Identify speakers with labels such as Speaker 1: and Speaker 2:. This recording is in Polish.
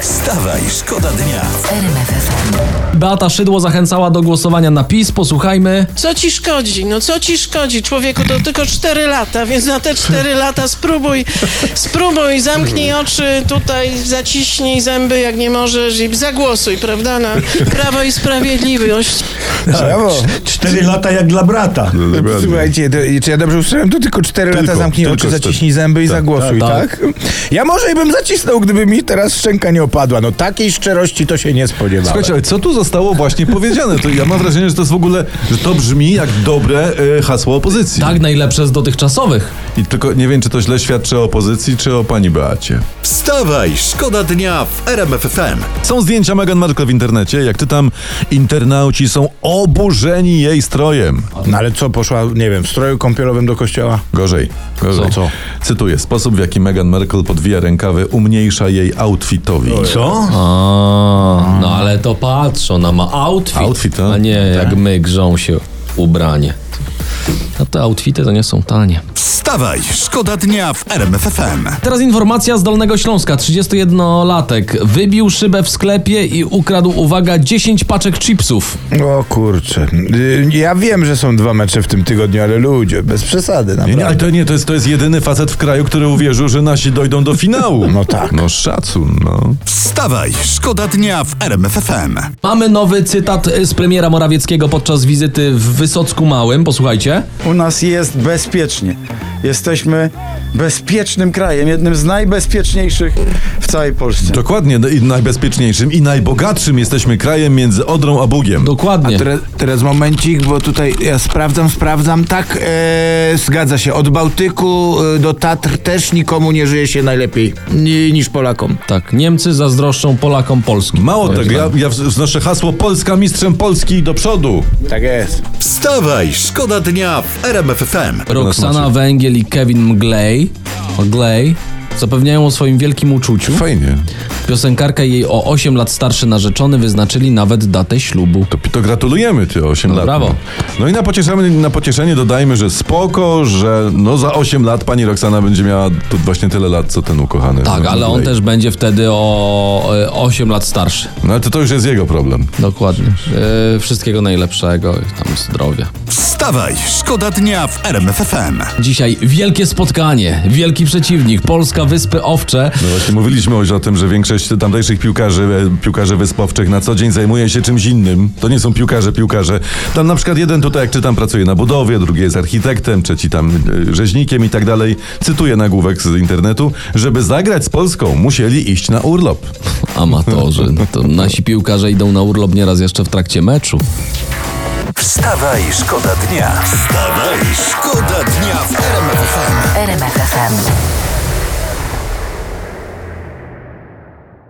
Speaker 1: Wstawaj, szkoda dnia.
Speaker 2: Beata Szydło zachęcała do głosowania na PiS. Posłuchajmy.
Speaker 3: Co ci szkodzi? No co ci szkodzi? Człowieku, to tylko 4 lata, więc na te 4 lata spróbuj, spróbuj, zamknij oczy tutaj, zaciśnij zęby jak nie możesz i zagłosuj, prawda, na Prawo i Sprawiedliwość.
Speaker 4: Brawo.
Speaker 5: Cztery lata jak dla brata.
Speaker 6: No, dokładnie.
Speaker 4: Tak. Słuchajcie, to, czy ja dobrze usłyszałem? To tylko 4
Speaker 6: Tylko,
Speaker 4: lata zamknij
Speaker 6: tylko
Speaker 4: oczy,
Speaker 6: cztery.
Speaker 4: zaciśnij zęby i
Speaker 6: Tak,
Speaker 4: zagłosuj, tak, Ja może i bym zacisnął, gdyby mi teraz szczęka nie opadła. No takiej szczerości to się nie spodziewałem.
Speaker 7: Słuchajcie, ale co tu zostało właśnie powiedziane? To ja mam wrażenie, że to jest w ogóle, że to brzmi jak dobre e, hasło opozycji.
Speaker 2: Tak, najlepsze z dotychczasowych.
Speaker 7: I tylko nie wiem, czy to źle świadczy o opozycji, czy o pani Beacie.
Speaker 1: Wstawaj, szkoda dnia w RMF FM.
Speaker 7: Są zdjęcia Meghan Markle w internecie. Jak ty tam, internauci są oburzeni jej strojem.
Speaker 4: No ale co, poszła, nie wiem, w stroju kąpielowym do kościoła?
Speaker 7: Gorzej. Gorzej.
Speaker 4: Co? Co?
Speaker 7: Cytuję. Sposób, w jaki Meghan Markle podwija rękawy, umniejsza jej outfitowi.
Speaker 5: Co?
Speaker 2: no ale to patrz, ona ma outfit.
Speaker 7: Outfit, tak? a?
Speaker 2: a nie jak my grzą się ubranie. A te outfity to nie są tanie.
Speaker 1: Wstawaj, szkoda dnia w RMF FM.
Speaker 2: Teraz informacja z Dolnego Śląska. 31-latek wybił szybę w sklepie i ukradł, uwaga, 10 paczek chipsów.
Speaker 4: O kurczę. Y, Ja wiem, że są dwa mecze w tym tygodniu, ale ludzie, bez przesady
Speaker 7: Nie,
Speaker 4: naprawdę.
Speaker 7: nie, ale to nie, to jest, to jest jedyny facet w kraju, który uwierzył, że nasi dojdą do finału.
Speaker 4: No tak.
Speaker 7: No szacun, no.
Speaker 1: Wstawaj, szkoda dnia w RMF FM.
Speaker 2: Mamy nowy cytat z premiera Morawieckiego podczas wizyty w Wysocku Małym. Posłuchajcie.
Speaker 8: U nas jest bezpiecznie. Jesteśmy bezpiecznym krajem, jednym z najbezpieczniejszych w całej Polsce.
Speaker 7: Dokładnie, no i najbezpieczniejszym i najbogatszym jesteśmy krajem między Odrą a Bugiem.
Speaker 2: Dokładnie.
Speaker 4: Teraz, teraz momencik, bo tutaj ja sprawdzam, sprawdzam. Tak, e, zgadza się. Od Bałtyku e, do Tatr też nikomu nie żyje się najlepiej ni, niż Polakom.
Speaker 2: Tak, Niemcy zazdroszczą Polakom Polski.
Speaker 7: Mało tego, ja, ja wznoszę hasło Polska mistrzem Polski i do przodu.
Speaker 4: Tak jest.
Speaker 1: Wstawaj, szkoda dnia w RMF FM.
Speaker 2: Roxana
Speaker 7: macie.
Speaker 2: Węgiel i Kevin Mgley, Mgley zapewniają o swoim wielkim uczuciu.
Speaker 7: Fajnie.
Speaker 2: Piosenkarka i jej o 8 lat starszy narzeczony wyznaczyli nawet datę ślubu.
Speaker 7: To, to gratulujemy ty 8
Speaker 2: No
Speaker 7: lat.
Speaker 2: brawo.
Speaker 7: No i na pocieszenie, na pocieszenie dodajmy, że spoko, że no za 8 lat pani Roxana będzie miała tu właśnie tyle lat, co ten ukochany.
Speaker 2: Tak,
Speaker 7: No,
Speaker 2: ale on
Speaker 7: Blake.
Speaker 2: też będzie wtedy o e, 8 lat starszy.
Speaker 7: No ale to, to już jest jego problem.
Speaker 2: Dokładnie. E, Wszystkiego najlepszego i tam zdrowia.
Speaker 1: Wstawaj, szkoda dnia w RMF FM.
Speaker 2: Dzisiaj wielkie spotkanie, wielki przeciwnik, Polska Wyspy Owcze.
Speaker 7: No właśnie mówiliśmy już o tym, że większość tamtejszych piłkarzy, e, piłkarzy wyspowczych na co dzień zajmuje się czymś innym. To nie są piłkarze, piłkarze. Tam na przykład jeden tutaj, jak czytam, pracuje na budowie, drugi jest architektem, trzeci tam e, rzeźnikiem i tak dalej. Cytuję nagłówek z internetu. Żeby zagrać z Polską, musieli iść na urlop.
Speaker 2: Amatorzy. No to nasi piłkarze idą na urlop nieraz jeszcze w trakcie meczu.
Speaker 1: Wstawaj, szkoda dnia. Wstawaj, szkoda dnia w RMF FM.
Speaker 9: RMFFM.